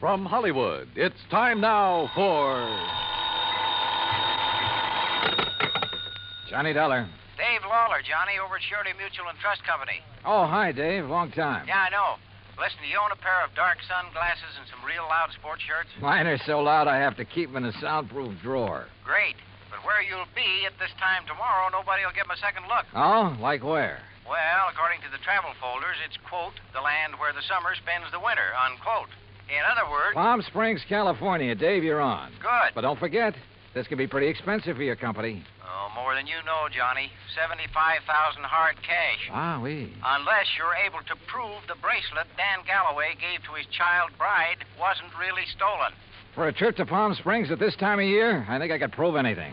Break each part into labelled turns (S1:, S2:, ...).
S1: From Hollywood, it's time now for. Johnny Dollar.
S2: Dave Lawler, Johnny, over at Surety Mutual and Trust Company.
S1: Oh, hi, Dave. Long time.
S2: Yeah, I know. Listen, do you own a pair of dark sunglasses and some real loud sports shirts?
S1: Mine are so loud I have to keep them in a soundproof drawer.
S2: Great. But where you'll be at this time tomorrow, nobody will give 'em a second look.
S1: Oh, like where?
S2: Well, according to the travel folders, it's, quote, the land where the summer spends the winter, unquote. In other words,
S1: Palm Springs, California. Dave, you're on.
S2: good.
S1: But don't forget, this can be pretty expensive for your company.
S2: Oh, more than you know, Johnny. 75000 hard cash.
S1: Ah, we.
S2: Unless you're able to prove the bracelet Dan Galloway gave to his child bride wasn't really stolen.
S1: For a trip to Palm Springs at this time of year, I think I could prove anything.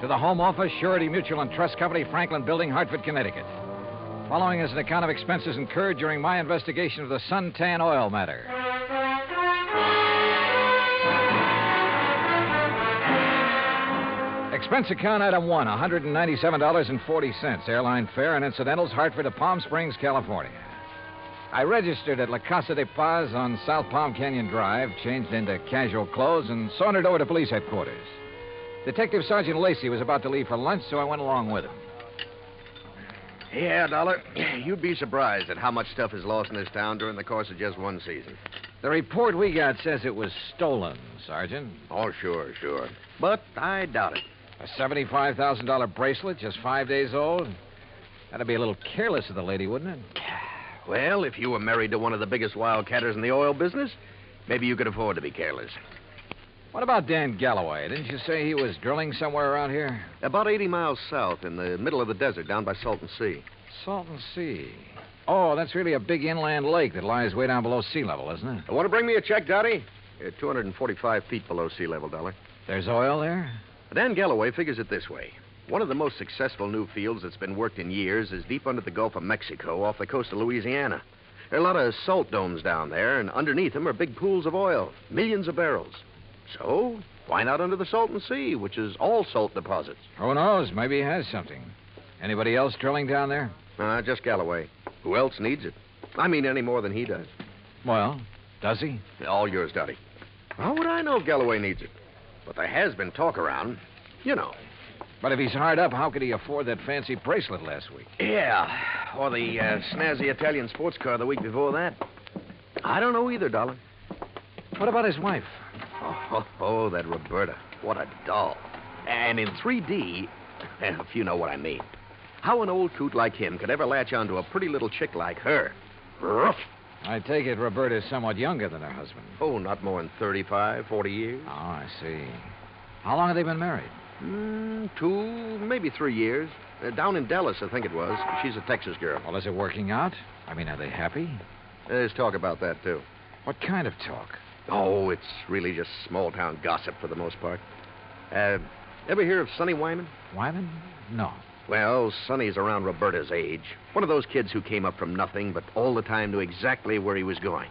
S1: to the Home Office, Surety Mutual and Trust Company, Franklin Building, Hartford, Connecticut. Following is an account of expenses incurred during my investigation of the suntan oil matter. Expense account item one, $197.40. Airline fare and incidentals, Hartford to Palm Springs, California. I registered at La Casa de Paz on South Palm Canyon Drive, changed into casual clothes, and sauntered over to police headquarters. Detective Sergeant Lacey was about to leave for lunch, so I went along with him.
S3: Yeah, Dollar. You'd be surprised at how much stuff is lost in this town during the course of just one season.
S1: The report we got says it was stolen, Sergeant.
S3: Oh, sure, sure. But I doubt it.
S1: A $75,000 bracelet, just five days old. That'd be a little careless of the lady, wouldn't it?
S3: Well, if you were married to one of the biggest wildcatters in the oil business, maybe you could afford to be careless.
S1: What about Dan Galloway? Didn't you say he was drilling somewhere around here?
S3: About 80 miles south in the middle of the desert down by Salton Sea.
S1: Salton Sea. Oh, that's really a big inland lake that lies way down below sea level, isn't it?
S3: Want to bring me a check, Dottie? Uh, 245 feet below sea level, Dollar.
S1: There's oil there?
S3: Dan Galloway figures it this way. One of the most successful new fields that's been worked in years is deep under the Gulf of Mexico off the coast of Louisiana. There are a lot of salt domes down there, and underneath them are big pools of oil, millions of barrels. So, why not under the Salton Sea, which is all salt deposits?
S1: Who knows? Maybe he has something. Anybody else drilling down there?
S3: Uh, just Galloway. Who else needs it? I mean, any more than he does.
S1: Well, does he?
S3: All yours, Dottie. How would I know if Galloway needs it? But there has been talk around. You know.
S1: But if he's hard up, how could he afford that fancy bracelet last week?
S3: Yeah, or the uh, snazzy Italian sports car the week before that. I don't know either, darling.
S1: What about his wife?
S3: Oh, oh, oh, that Roberta. What a doll. And in 3D, if you know what I mean. How an old coot like him could ever latch onto a pretty little chick like her? Ruff.
S1: I take it Roberta's somewhat younger than her husband.
S3: Oh, not more than 35, 40 years.
S1: Oh, I see. How long have they been married?
S3: Mm, two, maybe three years. Uh, down in Dallas, I think it was. She's a Texas girl.
S1: Well, is it working out? I mean, are they happy?
S3: There's talk about that, too.
S1: What kind of talk?
S3: Oh, it's really just small town gossip for the most part. Uh, ever hear of Sonny Wyman?
S1: Wyman? No.
S3: Well, Sonny's around Roberta's age. One of those kids who came up from nothing, but all the time knew exactly where he was going.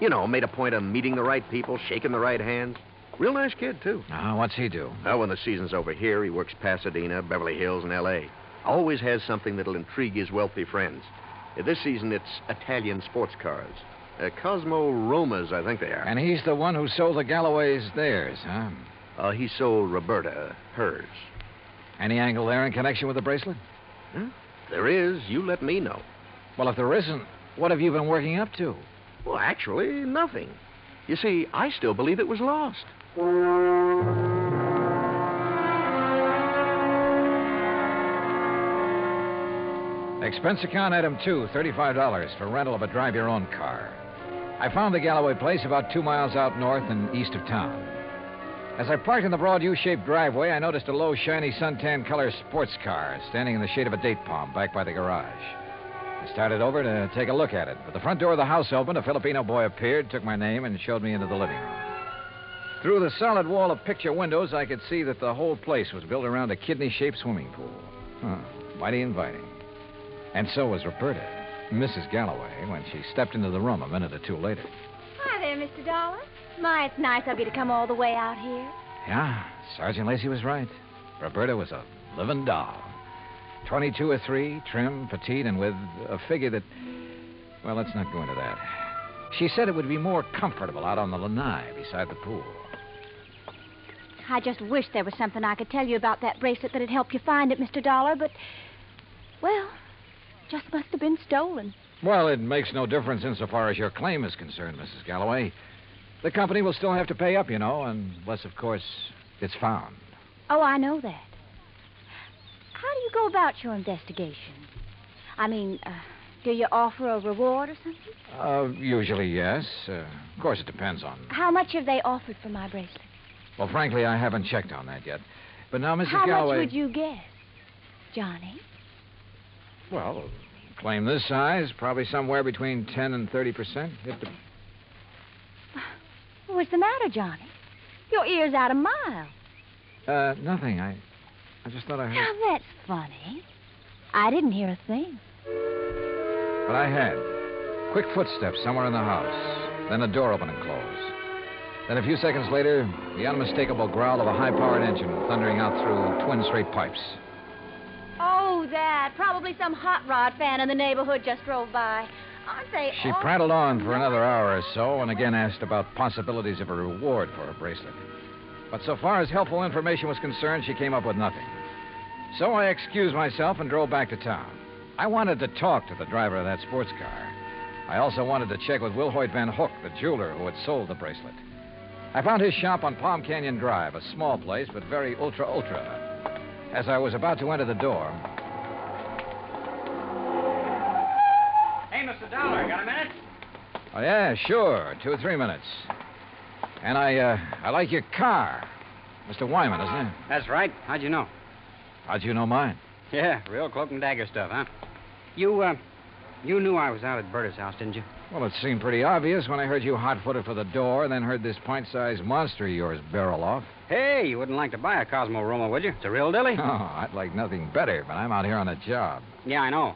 S3: You know, made a point of meeting the right people, shaking the right hands. Real nice kid, too.
S1: Uh, what's he do?
S3: Now, when the season's over here, he works Pasadena, Beverly Hills, and L.A. Always has something that'll intrigue his wealthy friends. Uh, This season, it's Italian sports cars. Uh, Cosmo Romas, I think they are.
S1: And he's the one who sold the Galloways theirs, huh?
S3: Uh, he sold Roberta hers.
S1: Any angle there in connection with the bracelet?
S3: There is, you let me know.
S1: Well, if there isn't, what have you been working up to?
S3: Well, actually, nothing. You see, I still believe it was lost.
S1: Expense account item two, $35 for rental of a drive your own car. I found the Galloway place about two miles out north and east of town. As I parked in the broad U shaped driveway, I noticed a low, shiny, suntan color sports car standing in the shade of a date palm back by the garage. I started over to take a look at it, but the front door of the house opened. A Filipino boy appeared, took my name, and showed me into the living room. Through the solid wall of picture windows, I could see that the whole place was built around a kidney shaped swimming pool. Huh, mighty inviting. And so was Roberta, Mrs. Galloway, when she stepped into the room a minute or two later.
S4: Hi there, Mr. Dollar. My, it's nice of you to come all the way out here.
S1: Yeah, Sergeant Lacey was right. Roberta was a living doll. 22 or 3, trim, petite, and with a figure that. Well, let's not go into that. She said it would be more comfortable out on the lanai beside the pool.
S4: I just wish there was something I could tell you about that bracelet that'd help you find it, Mr. Dollar, but. Well, just must have been stolen.
S1: Well, it makes no difference insofar as your claim is concerned, Mrs. Galloway. The company will still have to pay up, you know, unless, of course, it's found.
S4: Oh, I know that. How do you go about your investigation? I mean, uh, do you offer a reward or something?
S1: Uh, usually, yes. Uh, of course, it depends on.
S4: How much have they offered for my bracelet?
S1: Well, frankly, I haven't checked on that yet. But now, Mrs.
S4: How
S1: Galloway.
S4: much would you guess, Johnny?
S1: Well, a claim this size, probably somewhere between 10 and 30 percent. It de-
S4: What's the matter, Johnny? Your ear's out a mile.
S1: Uh, nothing. I, I just thought I
S4: Now,
S1: heard.
S4: that's funny. I didn't hear a thing.
S1: But I had. Quick footsteps somewhere in the house. Then a door opened and closed. Then a few seconds later, the unmistakable growl of a high-powered engine thundering out through twin straight pipes.
S4: Oh, that. Probably some hot rod fan in the neighborhood just drove by. Aren't they
S1: She
S4: awful?
S1: prattled on for another hour or so and again asked about possibilities of a reward for her bracelet. But so far as helpful information was concerned, she came up with nothing. So I excused myself and drove back to town. I wanted to talk to the driver of that sports car. I also wanted to check with Will Hoyt Van Hook, the jeweler who had sold the bracelet. I found his shop on Palm Canyon Drive, a small place, but very ultra ultra. As I was about to enter the door,
S2: Hey, Mr. Dollar, got a minute?
S1: Oh, yeah, sure. Two or three minutes. And I, uh, I like your car. Mr. Wyman, isn't it?
S2: That's right. How'd you know?
S1: How'd you know mine?
S2: Yeah, real cloak and dagger stuff, huh? You, uh, you knew I was out at Berta's house, didn't you?
S1: Well, it seemed pretty obvious when I heard you hot-footed for the door and then heard this pint-sized monster of yours barrel off.
S2: Hey, you wouldn't like to buy a Cosmo Roma, would you? It's a real dilly.
S1: Oh, I'd like nothing better, but I'm out here on a job.
S2: yeah, I know.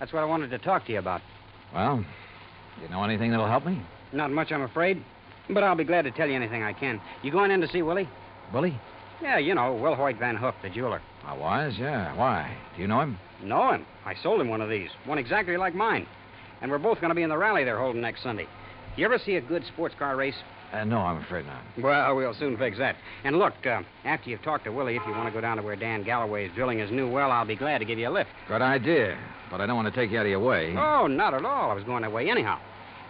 S2: That's what I wanted to talk to you about.
S1: Well, you know anything that'll help me?
S2: Not much, I'm afraid, but I'll be glad to tell you anything I can. You going in to see Willie?
S1: Bully?
S2: Yeah, you know, Will Hoyt Van Hoof, the jeweler.
S1: I was, yeah. Why? Do you know him?
S2: Know him. I sold him one of these, one exactly like mine. And we're both going to be in the rally they're holding next Sunday. You ever see a good sports car race?
S1: Uh, no, I'm afraid not.
S2: Well, we'll soon fix that. And look, uh, after you've talked to Willie, if you want to go down to where Dan Galloway is drilling his new well, I'll be glad to give you a lift.
S1: Good idea, but I don't want to take you out of your way.
S2: Oh, not at all. I was going that way anyhow.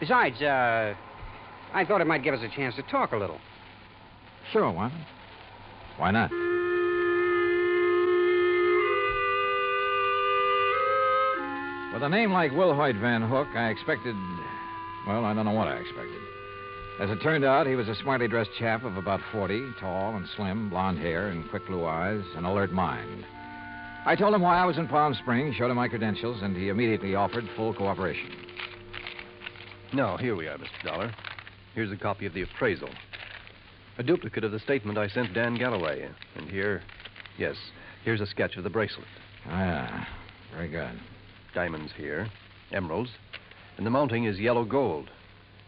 S2: Besides, uh, I thought it might give us a chance to talk a little.
S1: Sure, Wyman. Why not? With a name like Will Hoyt Van Hook, I expected. Well, I don't know what I expected. As it turned out, he was a smartly dressed chap of about 40, tall and slim, blond hair and quick blue eyes, an alert mind. I told him why I was in Palm Springs, showed him my credentials, and he immediately offered full cooperation.
S5: Now, here we are, Mr. Dollar. Here's a copy of the appraisal. A duplicate of the statement I sent Dan Galloway. And here, yes, here's a sketch of the bracelet.
S1: Ah, very good.
S5: Diamonds here, emeralds, and the mounting is yellow gold.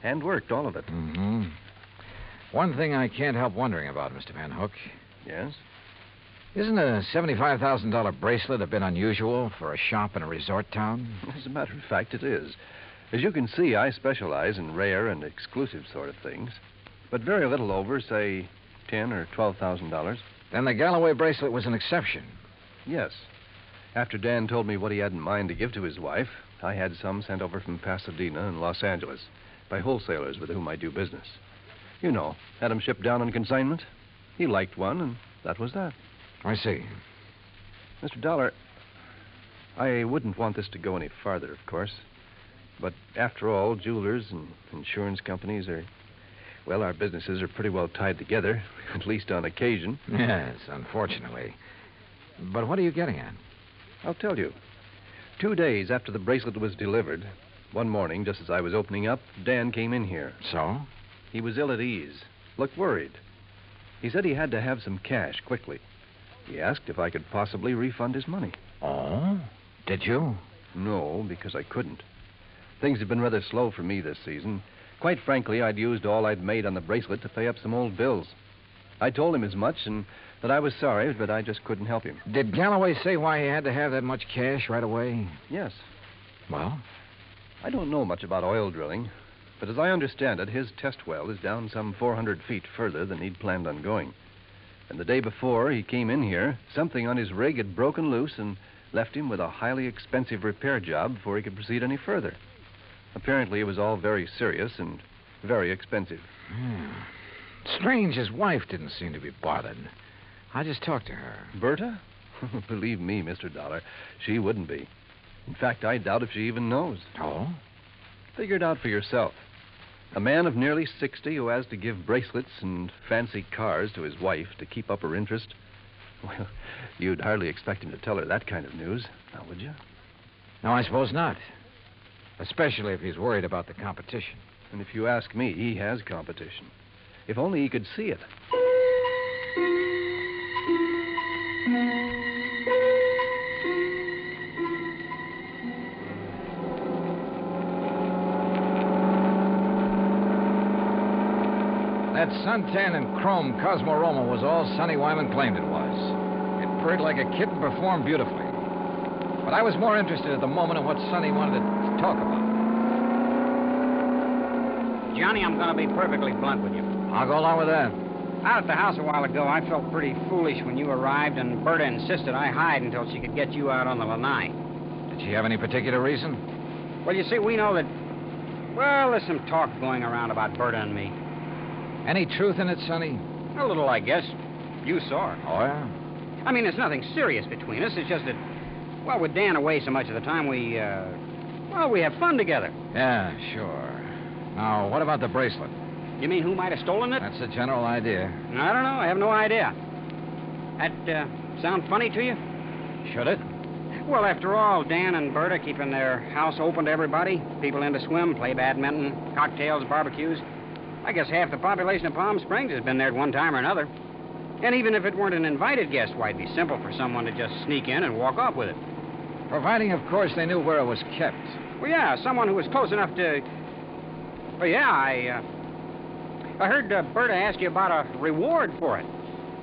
S5: Handworked, all of it.
S1: hmm One thing I can't help wondering about, Mr. Van Hook.
S5: Yes?
S1: Isn't a $75,000 bracelet a bit unusual for a shop in a resort town?
S5: As a matter of fact, it is. As you can see, I specialize in rare and exclusive sort of things, but very little over, say, ten or twelve thousand dollars.
S1: Then the Galloway bracelet was an exception.
S5: Yes. After Dan told me what he had in mind to give to his wife, I had some sent over from Pasadena and Los Angeles by wholesalers with whom I do business. You know, had 'em shipped down on consignment. He liked one, and that was that.
S1: I see.
S5: Mr. Dollar, I wouldn't want this to go any farther, of course. But after all, jewelers and insurance companies are. Well, our businesses are pretty well tied together, at least on occasion.
S1: Yes, unfortunately. But what are you getting at?
S5: I'll tell you. Two days after the bracelet was delivered, one morning, just as I was opening up, Dan came in here.
S1: So?
S5: He was ill at ease, looked worried. He said he had to have some cash quickly. He asked if I could possibly refund his money.
S1: Oh? Did you?
S5: No, because I couldn't. Things have been rather slow for me this season. Quite frankly, I'd used all I'd made on the bracelet to pay up some old bills. I told him as much and that I was sorry, but I just couldn't help him.
S1: Did Galloway say why he had to have that much cash right away?
S5: Yes,
S1: Well?
S5: I don't know much about oil drilling, but as I understand it, his test well is down some 400 feet further than he'd planned on going. And the day before he came in here, something on his rig had broken loose and left him with a highly expensive repair job before he could proceed any further. Apparently, it was all very serious and very expensive.
S1: Strange, his wife didn't seem to be bothered. I just talked to her.
S5: Berta? Believe me, Mr. Dollar, she wouldn't be. In fact, I doubt if she even knows.
S1: Oh?
S5: Figure it out for yourself. A man of nearly 60 who has to give bracelets and fancy cars to his wife to keep up her interest. Well, you'd hardly expect him to tell her that kind of news, now would you?
S1: No, I suppose not. Especially if he's worried about the competition.
S5: And if you ask me, he has competition. If only he could see it.
S1: That suntan and chrome Cosmoroma was all Sonny Wyman claimed it was. It purred like a kitten, performed beautifully. But I was more interested at the moment in what Sonny wanted to talk about.
S2: Johnny, I'm going to be perfectly blunt with you.
S1: I'll go along with that.
S2: Out at the house a while ago, I felt pretty foolish when you arrived, and Berta insisted I hide until she could get you out on the lanai.
S1: Did she have any particular reason?
S2: Well, you see, we know that. Well, there's some talk going around about Berta and me.
S1: Any truth in it, Sonny?
S2: A little, I guess. You saw her.
S1: Oh, yeah?
S2: I mean, there's nothing serious between us. It's just that, well, with Dan away so much of the time, we, uh, well, we have fun together.
S1: Yeah, sure. Now, what about the bracelet?
S2: You mean who might have stolen it?
S1: That's the general idea.
S2: I don't know. I have no idea. That uh, sound funny to you?
S1: Should it?
S2: Well, after all, Dan and Berta keeping their house open to everybody. People in to swim, play badminton, cocktails, barbecues. I guess half the population of Palm Springs has been there at one time or another. And even if it weren't an invited guest, why, it'd be simple for someone to just sneak in and walk off with it.
S1: Providing, of course, they knew where it was kept.
S2: Well, yeah, someone who was close enough to. Well, yeah, I. Uh... I heard uh, Berta ask you about a reward for it.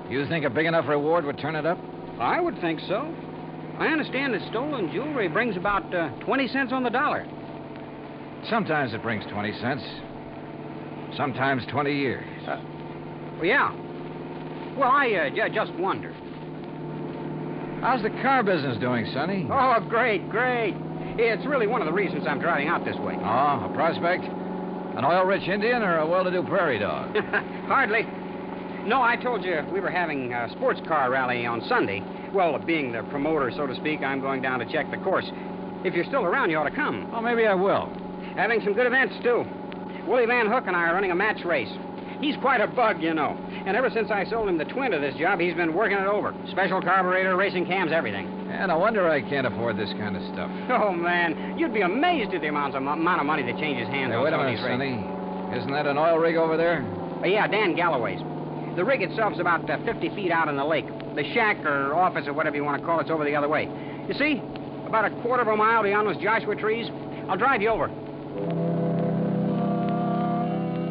S1: You think a big enough reward would turn it up?
S2: I would think so. I understand that stolen jewelry brings about uh, 20 cents on the dollar.
S1: Sometimes it brings 20 cents. Sometimes 20 years.
S2: Well, yeah. Well, I uh, ju- just wonder.
S1: How's the car business doing, Sonny?
S2: Oh, great, great. It's really one of the reasons I'm driving out this way.
S1: Oh, a prospect? An oil rich Indian or a well to do prairie dog?
S2: Hardly. No, I told you we were having a sports car rally on Sunday. Well, being the promoter, so to speak, I'm going down to check the course. If you're still around, you ought to come.
S1: Oh, maybe I will.
S2: Having some good events, too. Willie Van Hook and I are running a match race. He's quite a bug, you know. And ever since I sold him the twin to this job, he's been working it over. Special carburetor, racing cams, everything.
S1: And no wonder I can't afford this kind of stuff.
S2: Oh, man, you'd be amazed at the amounts of, amount of money that changes hands
S1: Hey,
S2: on
S1: wait a
S2: some of
S1: minute,
S2: these races.
S1: Sonny. Isn't that an oil rig over there?
S2: Uh, yeah, Dan Galloway's. The rig itself's about uh, 50 feet out in the lake. The shack or office or whatever you want to call it's over the other way. You see? About a quarter of a mile beyond those Joshua trees. I'll drive you over.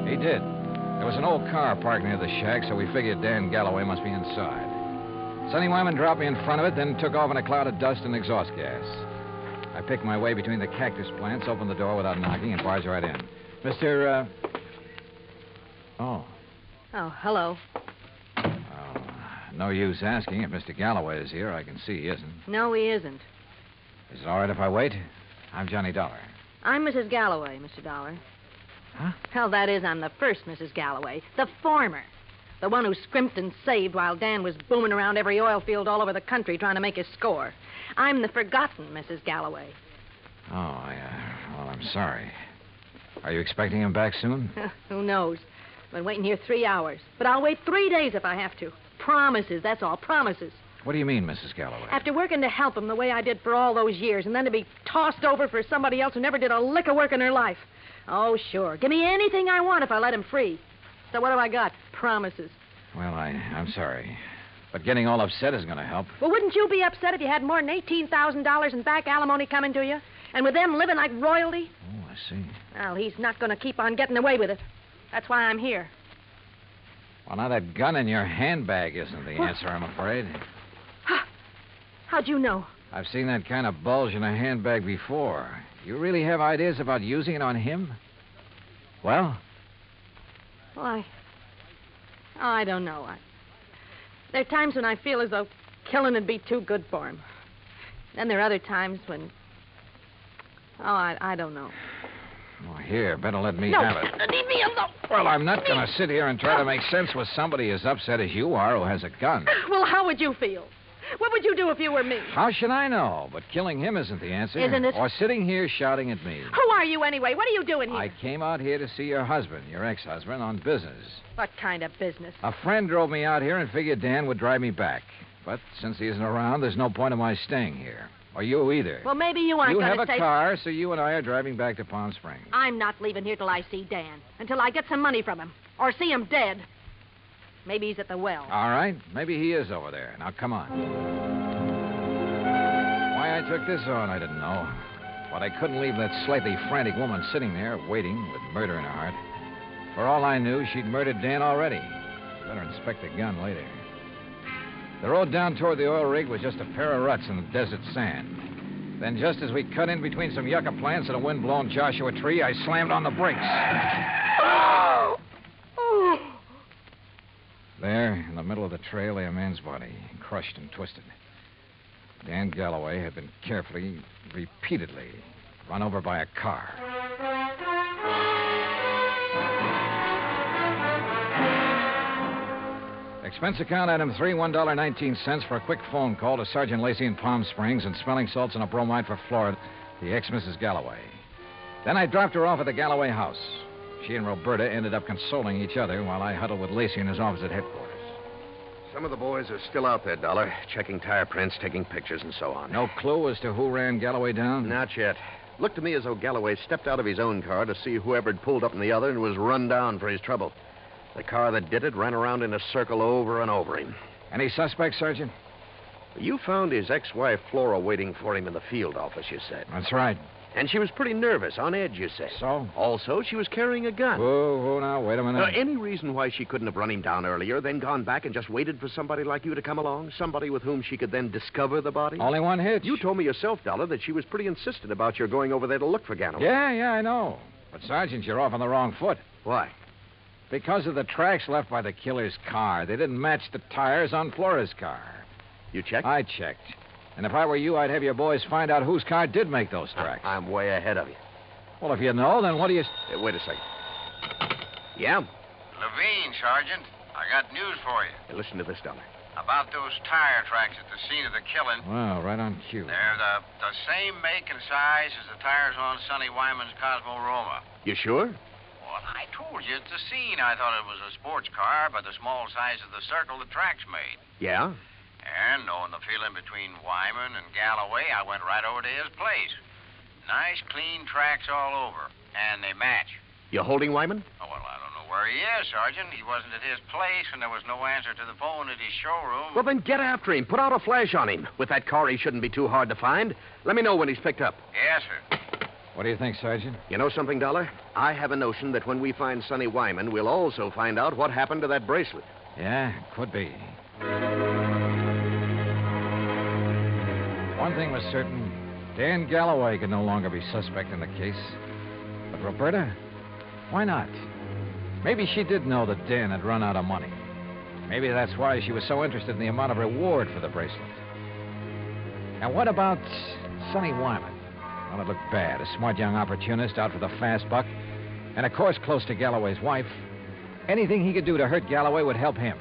S1: He did. There was an old car parked near the shack, so we figured Dan Galloway must be inside. Sonny Wyman dropped me in front of it, then took off in a cloud of dust and exhaust gas. I picked my way between the cactus plants, opened the door without knocking, and barged right in. Mr. Uh... Oh.
S6: Oh, hello.
S1: Oh, No use asking. If Mr. Galloway is here, I can see he isn't.
S6: No, he isn't.
S1: Is it all right if I wait? I'm Johnny Dollar.
S6: I'm Mrs. Galloway, Mr. Dollar.
S1: Huh?
S6: Hell, that is, I'm the first Mrs. Galloway, the former. The one who scrimped and saved while Dan was booming around every oil field all over the country trying to make his score. I'm the forgotten Mrs. Galloway.
S1: Oh, yeah. Well, I'm sorry. Are you expecting him back soon?
S6: who knows? I've been waiting here three hours. But I'll wait three days if I have to. Promises, that's all, promises.
S1: What do you mean, Mrs. Galloway?
S6: After working to help him the way I did for all those years, and then to be tossed over for somebody else who never did a lick of work in her life. Oh, sure. Give me anything I want if I let him free. So what have I got? Promises.
S1: Well, I, I'm sorry. But getting all upset isn't going to help.
S6: Well, wouldn't you be upset if you had more than $18,000 in back alimony coming to you? And with them living like royalty?
S1: Oh, I see.
S6: Well, he's not going to keep on getting away with it. That's why I'm here.
S1: Well, now that gun in your handbag isn't the answer, I'm afraid.
S6: How'd you know?
S1: I've seen that kind of bulge in a handbag before. You really have ideas about using it on him? Well,
S6: Well, I. I don't know. I, there are times when I feel as though killing would be too good for him. Then there are other times when. Oh, I, I don't know.
S1: well, here, better let me
S6: no,
S1: have it.
S6: leave me alone.
S1: Well, I'm not going to sit here and try to make sense with somebody as upset as you are who has a gun.
S6: Well, how would you feel? What would you do if you were me?
S1: How should I know? But killing him isn't the answer.
S6: Isn't it?
S1: Or sitting here shouting at me.
S6: Who are you anyway? What are you doing here?
S1: I came out here to see your husband, your ex husband, on business.
S6: What kind of business?
S1: A friend drove me out here and figured Dan would drive me back. But since he isn't around, there's no point in my staying here. Or you either.
S6: Well, maybe you aren't
S1: you
S6: going
S1: have
S6: to
S1: a
S6: stay.
S1: car, so you and I are driving back to Palm Springs.
S6: I'm not leaving here till I see Dan, until I get some money from him, or see him dead. Maybe he's at the well.
S1: All right, maybe he is over there. Now come on. Why I took this on, I didn't know. But I couldn't leave that slightly frantic woman sitting there, waiting with murder in her heart. For all I knew, she'd murdered Dan already. Better inspect the gun later. The road down toward the oil rig was just a pair of ruts in the desert sand. Then, just as we cut in between some yucca plants and a wind-blown Joshua tree, I slammed on the brakes. There, in the middle of the trail, lay a man's body, crushed and twisted. Dan Galloway had been carefully, repeatedly run over by a car. Expense account item three, $1.19 for a quick phone call to Sergeant Lacey in Palm Springs and smelling salts and a bromide for Florida, the ex Mrs. Galloway. Then I dropped her off at the Galloway house. She and Roberta ended up consoling each other while I huddled with Lacey in his office at headquarters.
S3: Some of the boys are still out there, Dollar, checking tire prints, taking pictures, and so on.
S1: No clue as to who ran Galloway down?
S3: Not yet. Looked to me as though Galloway stepped out of his own car to see whoever'd pulled up in the other and was run down for his trouble. The car that did it ran around in a circle over and over him.
S1: Any suspects, Sergeant?
S3: You found his ex-wife Flora waiting for him in the field office, you said.
S1: That's right.
S3: And she was pretty nervous, on edge, you said.
S1: So?
S3: Also, she was carrying a gun.
S1: Whoa, whoa, now, wait a minute.
S3: Uh, any reason why she couldn't have run him down earlier, then gone back and just waited for somebody like you to come along? Somebody with whom she could then discover the body?
S1: Only one hitch.
S3: You told me yourself, Dollar, that she was pretty insistent about your going over there to look for Galloway.
S1: Yeah, yeah, I know. But, Sergeant, you're off on the wrong foot.
S3: Why?
S1: Because of the tracks left by the killer's car, they didn't match the tires on Flora's car.
S3: You checked?
S1: I checked. And if I were you, I'd have your boys find out whose car did make those tracks.
S3: I'm way ahead of you.
S1: Well, if you know, then what do you.
S3: Uh, wait a second. Yeah?
S7: Levine, Sergeant, I got news for you
S3: Hey, listen to this, Dollar.
S7: about those tire tracks at the scene of the killing.
S1: Well, right on cue.
S7: They're the, the same make and size as the tires on Sonny Wyman's Cosmo Roma.
S3: You sure?
S7: Well, I told you at the scene I thought it was a sports car by the small size of the circle the tracks made.
S3: Yeah?
S7: And knowing the feeling between Wyman and Galloway, I went right over to his place. Nice, clean tracks all over, and they match.
S3: You holding Wyman?
S7: Oh, well, I don't know where he is, Sergeant. He wasn't at his place, and there was no answer to the phone at his showroom.
S3: Well, then get after him. Put out a flash on him. With that car, he shouldn't be too hard to find. Let me know when he's picked up.
S7: Yes, sir.
S1: What do you think, Sergeant?
S3: You know something, Dollar? I have a notion that when we find Sonny Wyman, we'll also find out what happened to that bracelet.
S1: Yeah, could be. One thing was certain Dan Galloway could no longer be suspect in the case. But Roberta, why not? Maybe she did know that Dan had run out of money. Maybe that's why she was so interested in the amount of reward for the bracelet. And what about Sonny Wyman? Well, it looked bad. A smart young opportunist out for the fast buck, and of course close to Galloway's wife. Anything he could do to hurt Galloway would help him.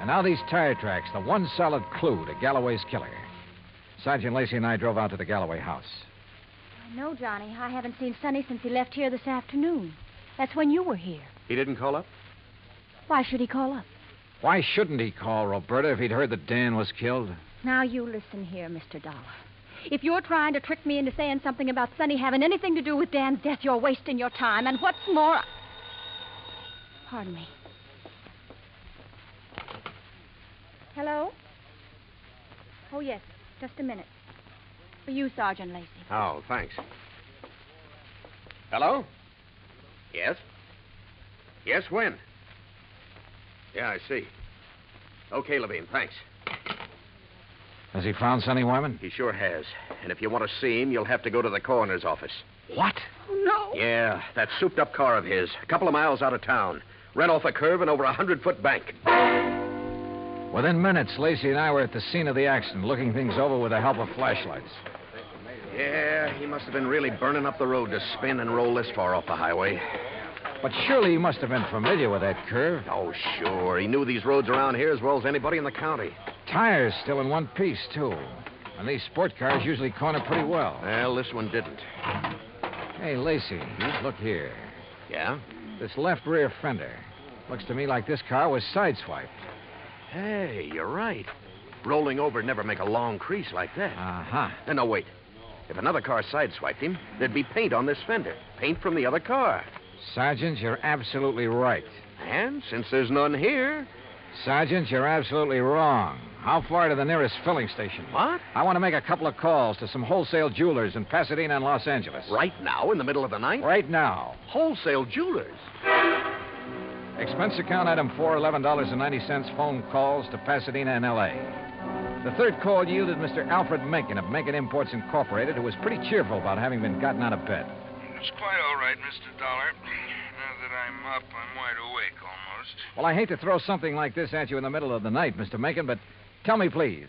S1: And now these tire tracks, the one solid clue to Galloway's killer. Sergeant Lacey and I drove out to the Galloway house.
S4: No, Johnny, I haven't seen Sonny since he left here this afternoon. That's when you were here.
S3: He didn't call up?
S4: Why should he call up?
S1: Why shouldn't he call Roberta if he'd heard that Dan was killed?
S4: Now, you listen here, Mr. Dollar. If you're trying to trick me into saying something about Sonny having anything to do with Dan's death, you're wasting your time. And what's more. Pardon me. Hello? Oh, yes. Just a minute. For you, Sergeant Lacey.
S3: Oh, thanks. Hello? Yes? Yes, when? Yeah, I see. Okay, Levine, thanks.
S1: Has he found Sonny Wyman?
S3: He sure has. And if you want to see him, you'll have to go to the coroner's office.
S1: What?
S4: Oh, no.
S3: Yeah, that souped up car of his, a couple of miles out of town. Ran off a curve and over a hundred foot bank.
S1: Within minutes, Lacey and I were at the scene of the accident, looking things over with the help of flashlights.
S3: Yeah, he must have been really burning up the road to spin and roll this far off the highway.
S1: But surely he must have been familiar with that curve.
S3: Oh, sure. He knew these roads around here as well as anybody in the county.
S1: Tires still in one piece, too. And these sport cars usually corner pretty well.
S3: Well, this one didn't.
S1: Hey, Lacey, look here.
S3: Yeah?
S1: This left rear fender. Looks to me like this car was sideswiped.
S3: Hey, you're right. Rolling over never make a long crease like that.
S1: Uh huh.
S3: Uh, no, wait. If another car sideswiped him, there'd be paint on this fender. Paint from the other car.
S1: Sergeant, you're absolutely right.
S3: And since there's none here.
S1: Sergeant, you're absolutely wrong. How far to the nearest filling station?
S3: What?
S1: I want to make a couple of calls to some wholesale jewelers in Pasadena and Los Angeles.
S3: Right now, in the middle of the night?
S1: Right now.
S3: Wholesale jewelers.
S1: Expense account item four, eleven dollars and ninety cents. Phone calls to Pasadena and L.A. The third call yielded Mr. Alfred Mencken of Mencken Imports Incorporated, who was pretty cheerful about having been gotten out of bed.
S8: It's quite all right, Mr. Dollar. Now that I'm up, I'm wide awake almost.
S1: Well, I hate to throw something like this at you in the middle of the night, Mr. Mencken, but tell me, please,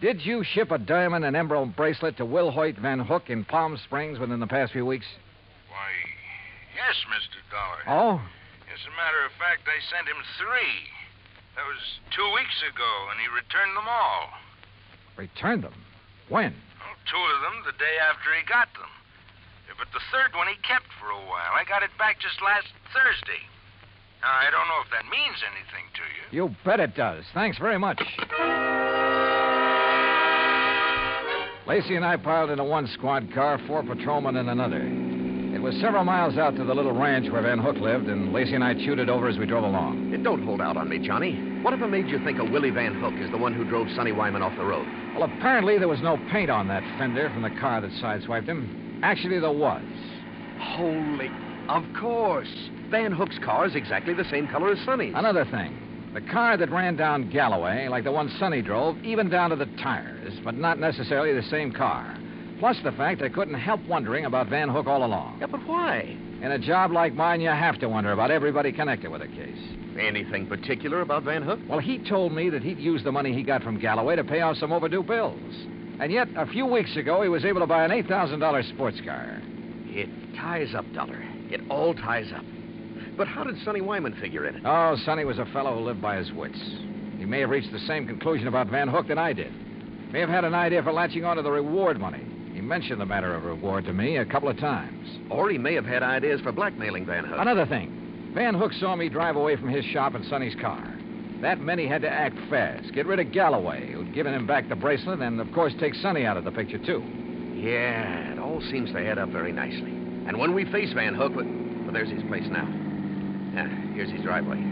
S1: did you ship a diamond and emerald bracelet to Will Hoyt Van Hook in Palm Springs within the past few weeks?
S8: Why, yes, Mr. Dollar.
S1: Oh,
S8: As a matter of fact, I sent him three. That was two weeks ago, and he returned them all.
S1: returned them. When?
S8: Well, two of them the day after he got them. Yeah, But the third one he kept for a while. I got it back just last Thursday. Now, I don't know if that means anything to you.
S1: You bet it does. Thanks very much. Lacey and I piled into one squad car, four patrolmen in another. It was several miles out to the little ranch where Van Hook lived, and Lacey and I chewed it over as we drove along.
S3: Hey, Don't hold out on me, Johnny. Whatever made you think of Willie Van Hook is the one who drove Sonny Wyman off the road?
S1: Well, apparently there was no paint on that fender from the car that sideswiped him. Actually, there was.
S3: Holy. Of course. Van Hook's car is exactly the same color as Sonny's.
S1: Another thing. The car that ran down Galloway, like the one Sonny drove, even down to the tires, but not necessarily the same car. Plus the fact I couldn't help wondering about Van Hook all along.
S3: Yeah, but why?
S1: In a job like mine, you have to wonder about everybody connected with a case.
S3: Anything particular about Van Hook?
S1: Well, he told me that he'd used the money he got from Galloway to pay off some overdue bills. And yet, a few weeks ago, he was able to buy an $8,000 sports car.
S3: It ties up, Dollar. It all ties up. But how did Sonny Wyman figure in it?
S1: Oh, Sonny was a fellow who lived by his wits. He may have reached the same conclusion about Van Hook that I did. May have had an idea for latching onto the reward money. He mentioned the matter of reward to me a couple of times.
S3: Or he may have had ideas for blackmailing Van Hook.
S1: Another thing. Van Hook saw me drive away from his shop in Sonny's car. That meant he had to act fast, get rid of Galloway, who'd given him back the bracelet, and of course take Sonny out of the picture, too.
S3: Yeah, it all seems to head up very nicely. And when we face Van Hook, we- well, there's his place now. Yeah, here's his driveway.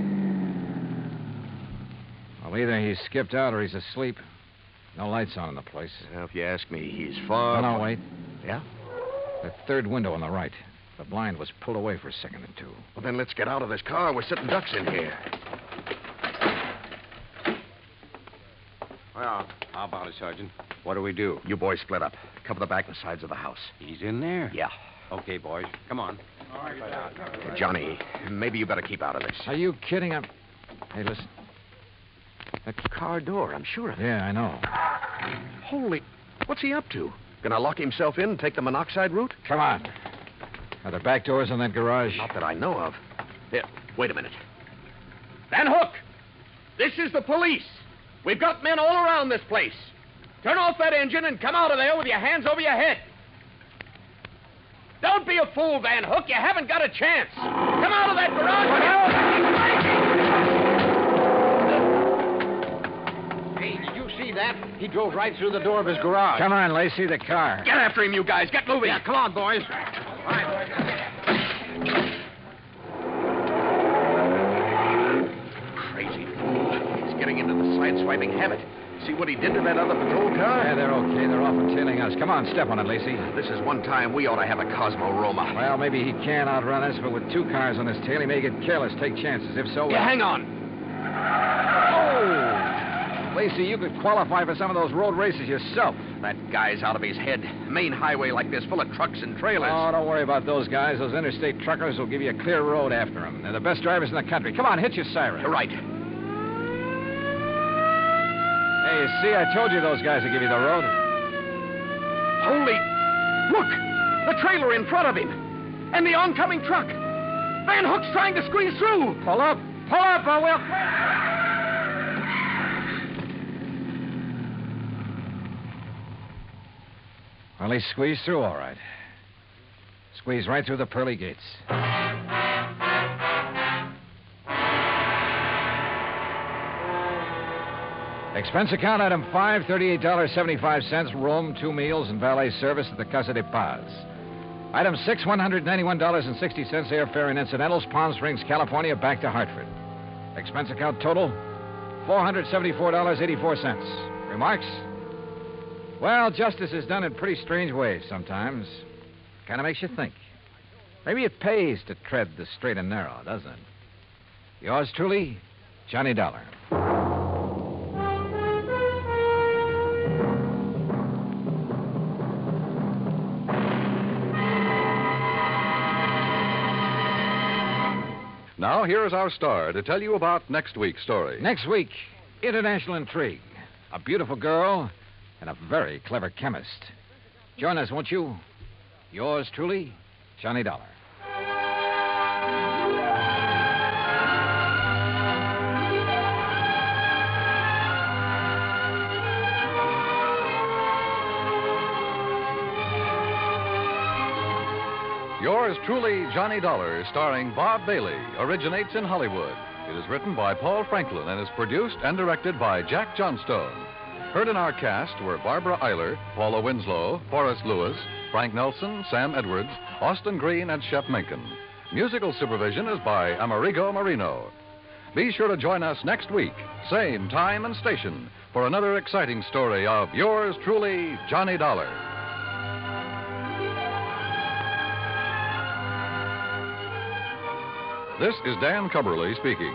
S1: Well, either he's skipped out or he's asleep. No lights on in the place.
S3: Now, if you ask me, he's
S1: Oh,
S3: far.
S1: no, wait.
S3: Uh, Yeah?
S1: The third window on the right. The blind was pulled away for a second or two.
S3: Well, then let's get out of this car. We're sitting ducks in here.
S9: Well, how about it, Sergeant? What do we do?
S3: You boys split up. Cover the back and sides of the house.
S9: He's in there.
S3: Yeah.
S9: Okay, boys. Come on.
S3: Johnny, maybe you better keep out of this.
S1: Are you kidding? I'm... Hey, listen.
S3: That car door, I'm sure of it.
S1: Yeah, I know.
S3: Holy. What's he up to? Gonna lock himself in and take the monoxide route?
S1: Come on. Are there back doors in that garage?
S3: Not that I know of. Here, wait a minute. Van Hook! This is the police. We've got men all around this place. Turn off that engine and come out of there with your hands over your head. Don't be a fool, Van Hook. You haven't got a chance. Come out of that garage.
S10: see that? He drove right through the door of his garage.
S1: Come on, Lacey, the car.
S10: Get after him, you guys. Get moving. Yeah, come on, boys.
S3: Crazy fool. He's getting into the sideswiping habit. See what he did to that other patrol car?
S1: Yeah, they're okay. They're off and tailing us. Come on, step on it, Lacey.
S3: This is one time we ought to have a Cosmo Roma.
S1: Well, maybe he can outrun us, but with two cars on his tail, he may get careless, take chances. If so,
S3: Yeah, hang on.
S1: Oh! Lacey, you could qualify for some of those road races yourself.
S3: That guy's out of his head. Main highway like this, full of trucks and trailers.
S1: Oh, don't worry about those guys. Those interstate truckers will give you a clear road after them. They're the best drivers in the country. Come on, hit your siren.
S3: You're right.
S1: Hey, see, I told you those guys will give you the road.
S3: Holy. Look! The trailer in front of him. And the oncoming truck. Van Hook's trying to squeeze through.
S1: Pull up, pull up, or we'll. Well, he squeezed through all right. Squeezed right through the pearly gates. Expense account item five, thirty-eight dollars seventy-five cents, room, two meals, and valet service at the Casa de Paz. Item six, one hundred ninety-one dollars and sixty cents, airfare and incidentals, Palm Springs, California, back to Hartford. Expense account total, four hundred seventy-four dollars eighty-four cents. Remarks? Well, justice is done in pretty strange ways sometimes. Kind of makes you think. Maybe it pays to tread the straight and narrow, doesn't it? Yours truly, Johnny Dollar.
S5: Now, here is our star to tell you about next week's story.
S1: Next week, international intrigue. A beautiful girl and a very clever chemist. Join us, won't you? Yours truly, Johnny Dollar.
S5: Yours truly, Johnny Dollar, starring Bob Bailey, originates in Hollywood. It is written by Paul Franklin and is produced and directed by Jack Johnstone. Heard in our cast were Barbara Eiler, Paula Winslow, Forrest Lewis, Frank Nelson, Sam Edwards, Austin Green, and Shep Minkin. Musical supervision is by Amerigo Marino. Be sure to join us next week, same time and station, for another exciting story of yours truly, Johnny Dollar. This is Dan Cumberly speaking.